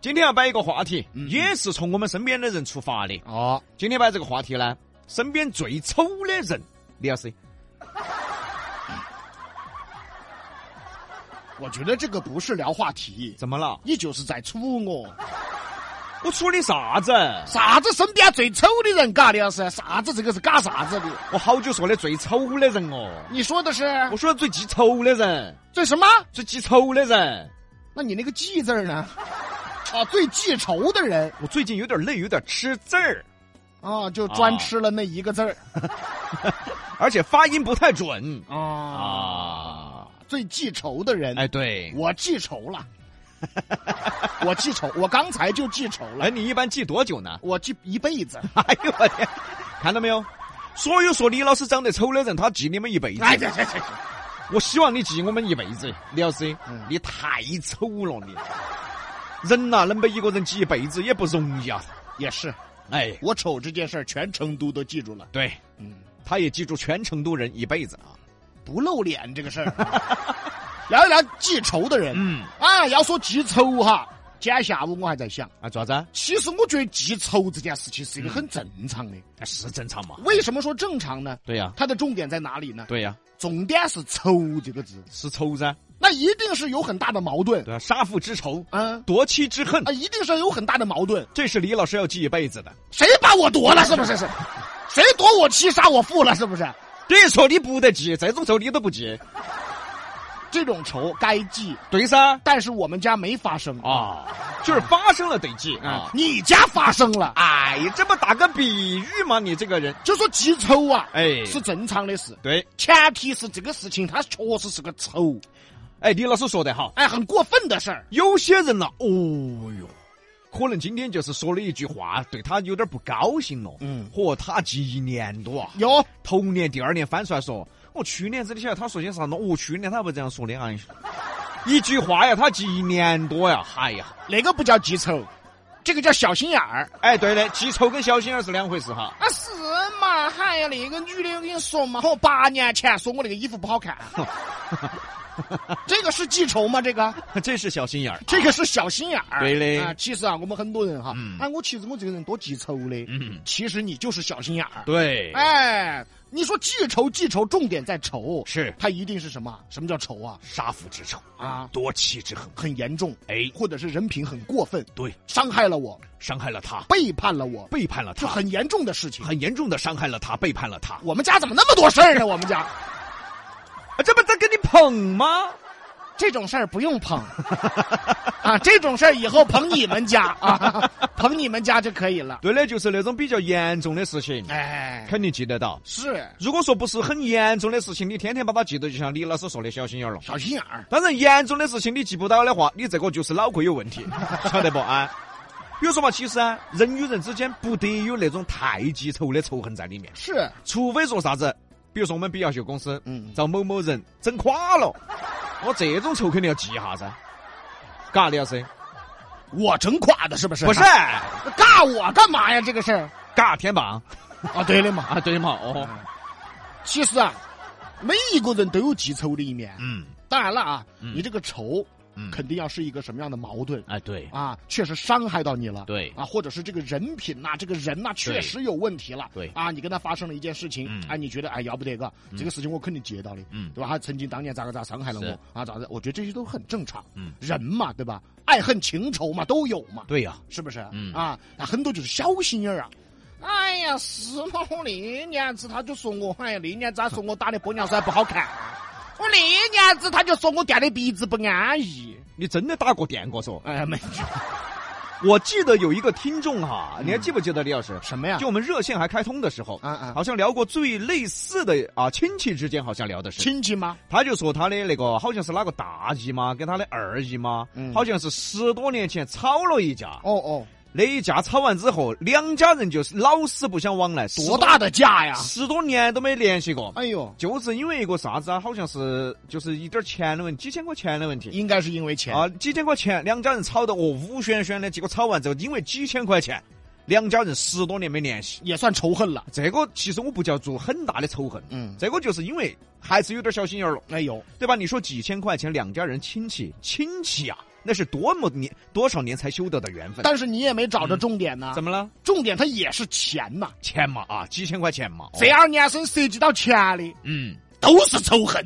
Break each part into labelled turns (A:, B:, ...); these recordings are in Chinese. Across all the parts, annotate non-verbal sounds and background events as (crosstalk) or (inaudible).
A: 今天要摆一个话题，
B: 嗯
A: 也是从我们身边的人出发的。
B: 哦，
A: 今天摆这个话题呢，身边最丑的人，李老师，
B: 我觉得这个不是聊话题，
A: 怎么了？
B: 你就是在处我。
A: 我处理啥子？
B: 啥子身边最丑的人，嘎，李老师，啥子这个是嘎啥子的？
A: 我好久说的最丑的人哦，
B: 你说的是
A: 我说的最记仇的人，
B: 最什么？
A: 最记仇的人。
B: 那你那个记字儿呢？啊，最记仇的人
A: 我最近有点累，有点吃字儿，
B: 啊，就专
A: 啊
B: 吃了那一个字儿
A: 而且发音不太准
B: 啊。
A: 啊。
B: 最记仇的人，
A: 哎，对，
B: 我记仇了，我记仇，我刚才就记仇了，
A: 哎，你一般记多久呢？ (laughs)
B: 我记一辈子。
A: 哎呦我天，看到没有？所有说李老师长得丑的人，他记你们一辈子。
B: 哎呀呀呀！
A: 我希望你记我们一辈子，李老师，
B: 嗯
A: 你太丑了你。人呐、能被一个人记一辈子也不容易啊。
B: 也是，
A: 哎，
B: 我丑这件事儿，全成都都记住了。
A: 对，
B: 嗯，
A: 他也记住全成都人一辈子啊。
B: 不露脸这个事儿， (laughs) 聊一聊记仇的人。
A: 嗯，
B: 啊，要说记仇哈，今天下午我还在想，
A: 啊，爪子啊
B: 其实我觉得记仇这件事
A: 嗯
B: 情是一个很正常的。
A: 是正常嘛？
B: 为什么说正常呢？
A: 对呀、
B: 它的重点在哪里呢？
A: 对呀、
B: 重点是“仇”这个字，
A: 是仇噻。
B: 那一定是有很大的矛盾。
A: 对啊，杀父之仇，
B: 嗯
A: 夺妻之恨，
B: 啊，一定是有很大的矛盾。
A: 这是李老师要记一辈子的。
B: 谁把我夺了？是不是？是，谁夺我妻杀我父了？是不是？
A: 这仇你不得记，这种仇你都不记，
B: 这种仇该记，
A: 对噻。
B: 但是我们家没发生
A: 啊，就是发生了得记啊。
B: 啊，你家发生了，
A: 哎呀，这不打个比喻吗？你这个人，
B: 就说记仇啊，
A: 哎
B: 是正常的事，
A: 对，
B: 前提是这个事情它确实是个仇，
A: 哎，李老师说得好，
B: 哎，很过分的事儿。
A: 有些人呐、哦哟，可能今天就是说了一句话，对他有点不高兴了。
B: 嗯
A: 嚯，他记一年多啊，
B: 哟，
A: 头年、第二年翻出来说，我、去年子你晓得他说些啥呢？哦，去年他不这样说的，哎呀，一句话呀，他记一年多呀，哎呀，
B: 那个不叫记仇，这个叫小心眼儿。
A: 哎，对的，记仇跟小心眼是两回事哈。 (laughs)
B: 啊，是嘛？嗨呀，那个女的，我跟你说嘛，我哦八年前说我那个衣服不好看，这个是记仇吗？这个，
A: 这是小心眼儿，
B: 这个是小心眼儿。
A: 对嘞
B: 啊，其实啊，我们很多人哈，
A: 嗯
B: 哎，我其实我这个人多记仇的，
A: 嗯
B: 其实你就是小心眼儿。
A: 对，
B: 哎，你说记仇，记仇，重点在仇，
A: 是
B: 它一定是什么？什么叫仇啊？
A: 杀父之仇
B: 啊
A: 夺妻之恨，
B: 很严重，
A: 哎，
B: 或者是人品很过分，
A: 对，
B: 伤害了我，
A: 伤害了他，
B: 背叛了我，
A: 背叛了
B: 是
A: 他，
B: 很严重的事情。
A: 很严重的伤害了他，背叛了他。
B: 我们家怎么那么多事儿呢？我们家
A: 啊这不在跟你捧吗？
B: (laughs)
A: (laughs)
B: 这种事儿不用捧 (laughs) 啊，这种事儿以后捧你们家啊， (laughs) 捧你们家就可以了。
A: 对的，就是那种比较严重的事情，
B: 哎，
A: 肯定记得到。
B: 是
A: 如果说不是很严重的事情，你天天把它记得，就像李老师说的小心眼儿了。
B: 小心眼儿。
A: 当然，严重的事情你记不到的话，你这个就是脑壳有问题， (laughs) 晓得不啊？比如说嘛，其实啊，人与人之间不得有那种太记仇的仇恨在里面，
B: 是，
A: 除非说啥子，比如说我们比亚秀公司
B: 嗯，
A: 遭某某人整垮了，我这种仇肯定要记一下噻。嘎，李老
B: (laughs)
A: 师，
B: 我整垮的是不是？
A: 不是，
B: 尬我干嘛呀？这个事儿
A: 嘎天棒
B: 啊，对了嘛。
A: 啊，对嘛，哦，
B: 其实啊，每一个人都有记仇的一面。
A: 嗯。
B: 当然了啊，
A: 嗯
B: 你这个仇
A: 嗯
B: 肯定要是一个什么样的矛盾
A: 哎，对，
B: 啊？确实伤害到你了。
A: 对
B: 啊，或者是这个人品呐、这个人呐、确实有问题了。
A: 对
B: 啊，你跟他发生了一件事情，
A: 嗯
B: 哎，你觉得哎要不得个，这个事情我肯定记得到的，
A: 嗯
B: 对吧？他曾经当年咋个咋伤害了
A: 是
B: 我啊，咋子？我觉得这些都很正常。
A: 嗯
B: 人嘛，对吧？爱恨情仇嘛，都有嘛。
A: 对呀、
B: 是不是？
A: 嗯
B: 啊，那很多就是小心眼儿啊。哎呀，是嘛？我那年子他就说我，哎呀，那年子他说我打的玻尿酸不好看，我那年子他就说我垫的鼻子不安逸。
A: 你真的打过电过嗦？
B: 哎呀，没
A: 我记得有一个听众哈、你还记不记得李老师？
B: 什么呀，
A: 就我们热线还开通的时候，
B: 嗯啊啊
A: 好像聊过最类似的啊，亲戚之间好像聊的是，
B: 亲戚吗？
A: 他就说他的那个好像是哪个大姨妈跟他的二姨妈，
B: 嗯
A: 好像是十多年前吵了一架，
B: 哦哦，
A: 那一架吵完之后，两家人就是老死不相往来，十
B: 多大的架呀？
A: 十多年都没联系过，
B: 哎呦，
A: 就是因为一个啥子啊，好像是就是一点钱的问题，几千块钱的问题，
B: 应该是因为钱。
A: 啊，几千块钱，两家人吵得哦乌轩轩的，结果吵完之后，因为几千块钱，两家人十多年没联系。
B: 也算仇恨了，
A: 这个其实我不叫做很大的仇恨，
B: 嗯，
A: 这个就是因为还是有点小心眼儿了，
B: 哎呦，
A: 对吧？你说几千块钱，两家人亲戚亲戚啊，那是多么年多少年才修得的缘分。
B: 但是你也没找着重点呢。
A: 怎么了？
B: 重点它也是钱嘛，
A: 钱嘛啊，几千块钱嘛。哦
B: 这，二年生涉及到钱的
A: 嗯，
B: 都是仇恨，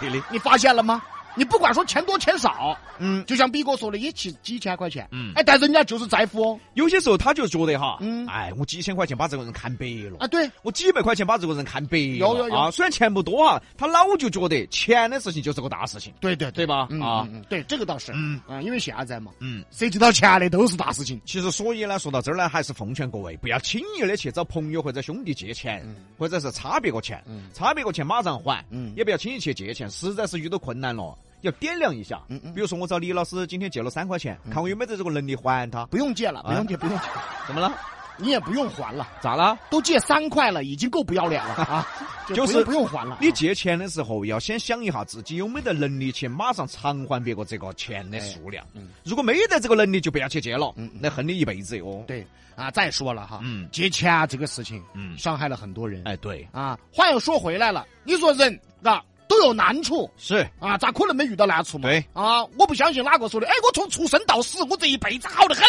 A: 对的，
B: 你发现了吗？你不管说钱多钱少，
A: 嗯，
B: 就像逼哥说的，也几几千块钱，
A: 嗯
B: 哎，但人家就是在乎哦，
A: 有些时候他就觉得哈，
B: 嗯
A: 哎，我几千块钱把这个人看白了。
B: 啊，对，
A: 我几百块钱把这个人看白了
B: 有有有
A: 啊！虽然钱不多啊，他老就觉得钱的事情就是个大事情。
B: 对对
A: 对吧
B: 嗯
A: 啊
B: 嗯嗯对，这个倒是，
A: 嗯
B: 嗯啊，因为现在嘛，
A: 嗯，
B: 涉及到钱的都是大事情，
A: 其实所以呢，说到这儿呢，还是奉劝各位不要轻易的去找朋友或者兄弟借钱，或者是差别个钱，
B: 嗯
A: 差别个钱马上还，
B: 嗯
A: 也不要轻易去借钱，实在是遇到困难了。要掂量一下，
B: 嗯嗯
A: 比如说我找李老师今天借了三块钱，看我有没得这个能力还他。
B: 不用借了，不用借，不用借，
A: 怎么了？
B: 你也不用还了，
A: 咋了？
B: 都借三块了，已经够不要
A: (laughs)
B: 脸了啊，
A: 就
B: 不
A: 是
B: 用不用还了，啊
A: 你借钱的时候要先想一下自己有没得能力去马上偿还别个这个钱的数量。
B: 嗯
A: 如果没得这个能力，就不要去借了
B: 嗯嗯，
A: 那恨你一辈子哦。
B: 对啊，再说了哈，
A: 嗯
B: 借钱啊这个事情，
A: 嗯
B: 伤害了很多人，
A: 哎，对，
B: 啊，话又说回来了，你说人啊都有难处
A: 是，
B: 啊，咋可能没遇到难处嘛？
A: 对
B: 啊，我不相信哪个说的，哎，我从出生到死，我这一辈子好得很，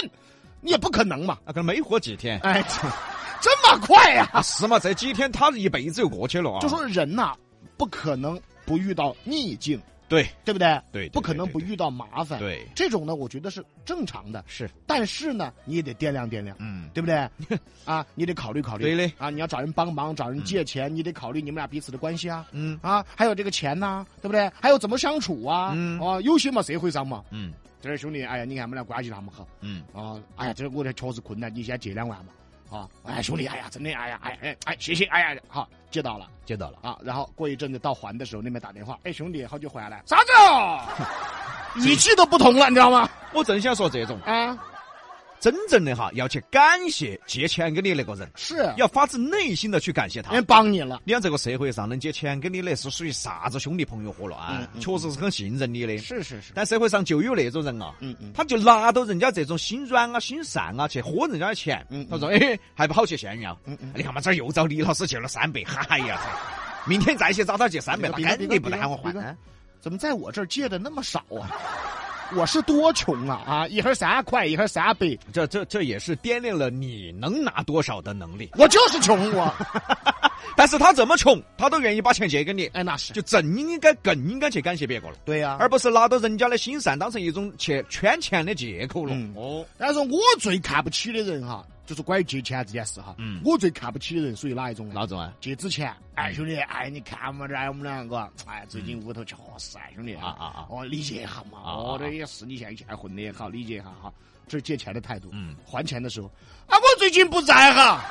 B: 你也不可能嘛？
A: 那可能没活几天。
B: 哎， (laughs) 这这么快呀、
A: 啊，是嘛？这几天他一辈子又过去了啊。
B: 就说人呐、不可能不遇到逆境，
A: 对
B: 对不对？
A: 对对
B: 不可能不
A: 对
B: 遇到麻烦。
A: 对
B: 这种呢，我觉得是正常的，
A: 是，
B: 但是呢，你也得掂量掂量。
A: 嗯，
B: 对
A: (laughs)
B: 不对？啊，你得考虑考虑。
A: 对嘞
B: 啊，你要找人帮忙，找人借钱，你得考虑你们俩彼此的关系啊。
A: 嗯
B: 啊，还有这个钱呐、对不对？还有怎么相处啊？
A: 嗯
B: 啊，有些嘛社会上嘛，
A: 嗯
B: 这位兄弟，哎呀，你看我们俩关系那么好
A: 嗯，
B: 啊，哎呀，这个我这确实困难，你先借两万嘛，啊，哎兄弟，哎呀，真的，哎呀，哎哎哎，谢谢，哎呀，好，借到了
A: 接到了。
B: 啊，然后过一阵子到还的时候，那边打电话，哎兄弟，好久还了，啥子哦？
A: (laughs)
B: 语气都不同了，你知道吗？
A: 我正想说这种
B: 啊，
A: 真正的哈，要去感谢借钱给你那个人，
B: 是，
A: 要发自内心的去感谢他。
B: 人帮你了，
A: 你看这个社会上能借钱给你的是属于啥子兄弟朋友伙了啊
B: 嗯？嗯嗯
A: 确实是很信任你的。
B: 是是是，
A: 但社会上就有那种人啊，
B: 嗯嗯，
A: 他就拿到人家这种心软啊、心善啊去喝人家的钱
B: 嗯嗯，
A: 他说：“哎，还不好去炫耀？哎
B: 嗯嗯
A: 你看嘛，这儿又找李老师借了三百，哎
B: (laughs)
A: 呀，操明天再去找他借三百，
B: 别
A: 那
B: 个
A: 肯定不得
B: 别个
A: 喊我还啊
B: 别个 (laughs)
A: 呢。
B: 怎么在我这儿借的那么少啊？我是多穷啊啊！一盒三块，一盒三百，
A: 这这这也是掂量了你能拿多少的能力。
B: 我就是穷我。
A: 但是他这么穷，他都愿意把钱借给你，
B: 哎，那是
A: 就正应该更应该去感谢别个了，
B: 对呀、
A: 而不是拿到人家的心善当成一种去圈钱的借口了。
B: 嗯
A: 哦，
B: 但是我最看不起的人哈，就是关于借钱这件事哈。
A: 嗯
B: 我最看不起的人属于哪一种呢？
A: 老总啊，
B: 借之前，哎兄弟，哎你看嘛，这我们两个，哎最近屋头确实，哎兄弟
A: 嗯啊啊啊
B: 哦理解一下嘛，
A: 啊啊啊
B: 哦这也是你现在现混的也好，理解一下哈，这是借钱的态度。
A: 嗯
B: 还钱的时候，啊我最近不在
A: (laughs)
B: 哈，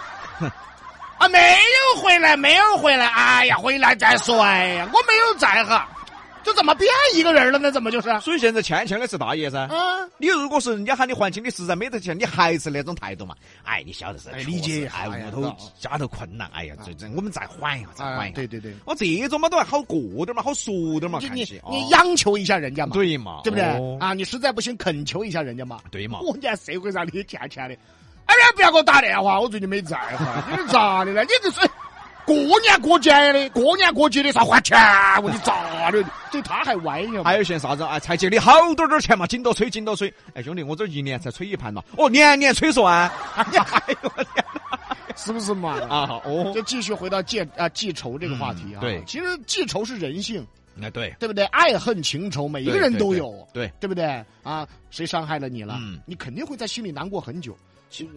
B: 啊没有回来，没有回来，哎呀回来再说，哎呀我没有在哈，这怎么变一个人了呢？怎么就是？啊
A: 所以现在欠钱的是大爷噻。你如果是人家喊你还钱，你实在没得钱，你还是那种态度嘛？哎，你晓得是，
B: 哎理解一下
A: 哎，
B: 哎呀
A: 屋头
B: 知道
A: 家头困难，哎呀，这这我们再缓一下，再缓一下。
B: 啊哎对对对，
A: 我这种嘛都还好过点嘛，好说点嘛，
B: 你
A: 看
B: 你
A: 起哦
B: 你央求一下人家嘛，
A: 对嘛，
B: 对不对
A: 哦？
B: 啊，你实在不行恳求一下人家嘛。
A: 对嘛，
B: (laughs) 我家社会上的欠欠的，哎呀，不要给我打电话，我最近没在哈。 (laughs) 你是咋的呢？你这是过年过节的，过年过节的啥还钱？我你咋的？对他还歪呀？
A: 还有些啥子啊？哎才借你好多点儿钱嘛，紧到催，紧到催。哎，兄弟，我这一年才催一盘嘛，哦，年年催算。 (laughs) 哎呀，哎呦我天
B: 是不是嘛？
A: 哪
B: 啊，
A: 啊，哦
B: 就，继续回到借啊记仇这个话题啊。
A: 嗯对
B: 其实记仇是人性，
A: 哎对，
B: 对不对？爱恨情仇，每一个
A: 对
B: 人
A: 对
B: 都
A: 对
B: 有。
A: 对，
B: 对不对啊？谁伤害了你了？
A: 嗯
B: 你肯定会在心里难过很久。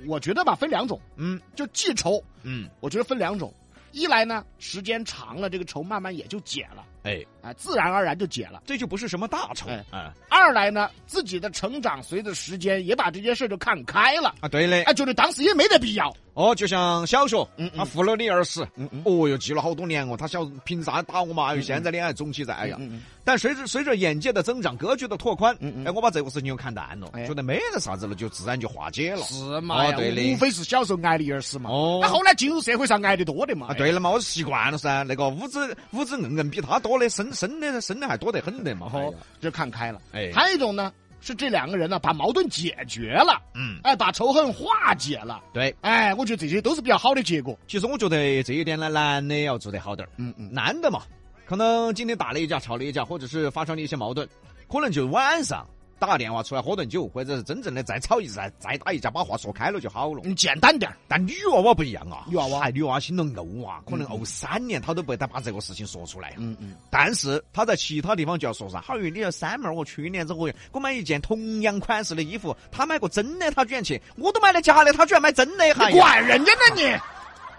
B: 我觉得吧，分两种，
A: 嗯
B: 就记仇，
A: 嗯，
B: 我觉得分两种。一来呢，时间长了，这个仇慢慢也就解了，
A: 哎，
B: 哎，自然而然就解了。
A: 这就不是什么大仇
B: 哎
A: 啊
B: 二来呢，自己的成长随着时间也把这件事就看开了，
A: 啊，对嘞，
B: 哎，觉得当时也没得必要。
A: 哦，就像小学
B: 嗯，嗯
A: 他扶了你儿屎，
B: 嗯嗯
A: 哦哟，记了好多年哦，他小凭啥打我嘛？哎呦，现在恋爱中期在，哎呀，
B: 嗯嗯
A: 但随着随着眼界的增长，格局的拓宽
B: 嗯，嗯
A: 哎，我把这个事情又看淡了，
B: 哎
A: 觉得没得啥子了，就自然就化解了。
B: 是嘛呀
A: 哦对的
B: 无非是小时候挨的一耳屎嘛。
A: 哦
B: 那后来进入社会上挨的多的嘛。哎
A: 啊，对了嘛，我习惯了噻。那个五子五子硬硬比他多的，生生的生的还多得很的嘛。
B: 哎，哦，就看开了。
A: 哎呀，哎，
B: 还有一种呢，是这两个人呢把矛盾解决了，
A: 嗯，
B: 哎，把仇恨化解了。
A: 对。
B: 哎，我觉得这些都是比较好的结果。
A: 其实我觉得这一点呢，男的要做得好点儿。
B: 嗯嗯，
A: 男的嘛，可能今天打了一架，吵了一架，或者是发生了一些矛盾，可能就晚上打个电话出来喝顿酒，或者是真正的再吵一再再打一架，把话说开了就好了。
B: 你嗯简单点儿，
A: 但女娃娃不一样啊，
B: 女娃娃
A: 哎女娃娃心头怄啊，可能怄三年，她都不得把这个事情说出来。
B: 嗯嗯，
A: 但是她在其他地方就要说噻，好运你要三妹儿，我去年子我也我买一件同样款式的衣服，她买个真的，她居然去，我都买的假的，她居然买真的，哎还
B: 你管人家呢你。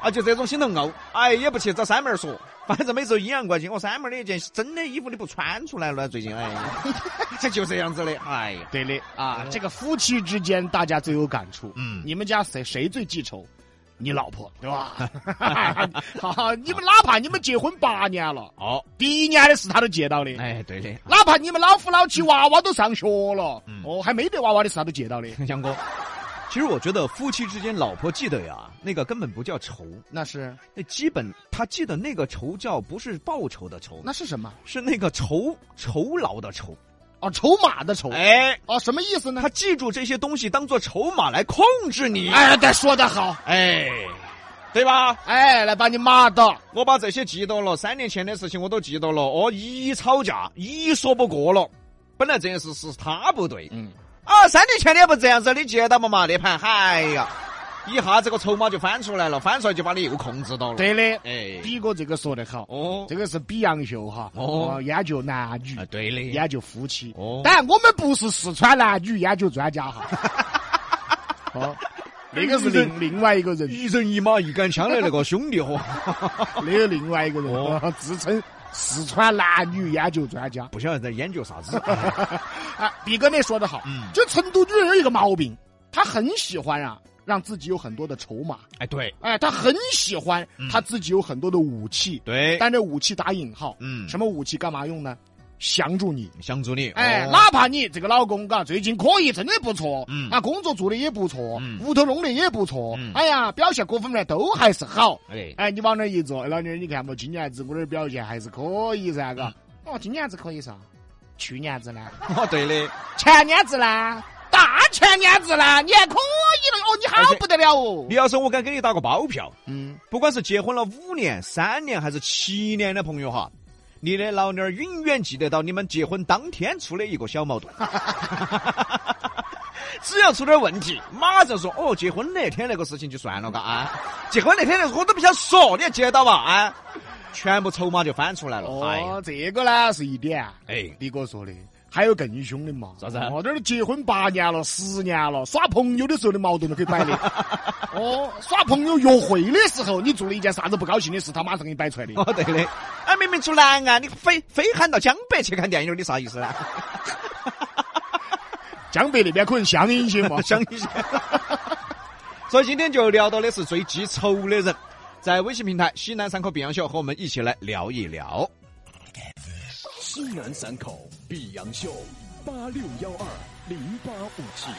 A: 啊，就这种心头怄，哎，也不去找三妹儿说，反正每周阴阳怪气。我哦三妹儿的一件真的衣服你不穿出来了，最近哎， (laughs) 这就这样子的，哎呀，
B: 对的啊，这个夫妻之间大家最有感触。
A: 嗯
B: 你们家谁谁最记仇？你老
A: (laughs)
B: 婆对吧？ (laughs) 好，你们哪怕你们结婚八年了，
A: 哦，
B: 第一年的事他都接到的，
A: 哎，对的，
B: 哪怕你们老夫老妻娃娃都上学了，
A: 嗯
B: 哦，还没得娃娃的事他都接到的，
A: 江哥。其实我觉得夫妻之间老婆记得呀，那个根本不叫仇，
B: 那是
A: 那基本他记得那个仇叫不是报仇的仇，
B: 那是什么？
A: 是那个酬酬劳的酬。
B: 哦，筹码的筹，
A: 哎，
B: 哦，什么意思呢
A: 他？记住这些东西当做筹码来控制你。
B: 哎，对，说得好，
A: 哎，对吧？
B: 哎，来把你骂到，
A: 我把这些记到了，三年前的事情我都记到了。哦，一吵架，一说不过了。本来这件事是他不对
B: 嗯，
A: 啊，三年前你也不这样子，你记得到嘛嘛？那盘，哎呀，一下这个筹码就翻出来了，翻出来就把你又控制到了。，
B: 对的，
A: 哎，
B: 比哥这个说得好，
A: 哦，
B: 这个是比洋秀哈，
A: 哦
B: 哦，研究男女
A: 啊，，对的，
B: 研究夫妻。
A: 哦，
B: 但我们不是四川男女研究专家哈。 (laughs) 哦， (laughs) 那个是另另外一个 (laughs) 人，
A: 一人一马一杆枪的那个兄弟伙， (laughs)
B: 那个另外一个人
A: 哦
B: 哦 (laughs) 嗯自称四川男女研究专家。
A: 不晓得在研究啥子。
B: 啊，毕哥那说的好，
A: 嗯，
B: 就成都女人有一个毛病，她很喜欢啊，让自己有很多的筹码。
A: 哎，对
B: (laughs) 哎，她很喜欢
A: 嗯
B: 她自己有很多的武器，
A: 对，
B: 但这武器打引号，
A: 嗯，
B: 什么武器干嘛用呢？降住你。
A: 想助你，
B: 哎，
A: 哦
B: 哪怕你这个老公嘎最近可以，真的不错，
A: 嗯
B: 啊，工作做的也不错，
A: 嗯
B: 屋头弄的也不错，
A: 嗯
B: 哎呀，表现各方面都还是好。
A: 哎，
B: 哎，你往那儿一坐，老妞儿，你看嘛，今年子我的表现还是可以噻，嘎、
A: 嗯
B: 哦，今年子可以噻，去年子呢，
A: 哦，对的，
B: 前年子呢，大前年子呢，你还可以了，哦，你好不得了哦
A: 李。老师，我敢给你打个包票，
B: 嗯，
A: 不管是结婚了五年、三年还是七年的朋友哈，你的老妞儿永远记得到你们结婚当天出的一个小矛盾。 (laughs) 只要出点问题，马上说哦，结婚那天那个事情就算了，嘎啊！结婚那天那个我都不想说，你还记得到吧？啊，全部筹码就翻出来了。哎呀，
B: 哦，这个呢是一点，啊
A: 哎，
B: 李哥说的。还有更凶的嘛？
A: 啥子
B: 哦，这儿结婚八年了，十年了，耍朋友的时候的矛盾都可以
A: (laughs)
B: 摆的。哦，耍朋友约会的时候，你做了一件啥子不高兴的事，他马上给你摆出来的。
A: 哦，对的，哎，明明出南岸，你非非喊到江北去看电影，你啥意思啊呢？，
B: 江北那边可能乡音些
A: (laughs)
B: 嘛
A: 想一下。所以今天就聊到的是最记仇的人，在微信平台西南三口碧阳秀和我们一起来聊一聊。
C: 西南三口碧阳秀八六幺二零八五七。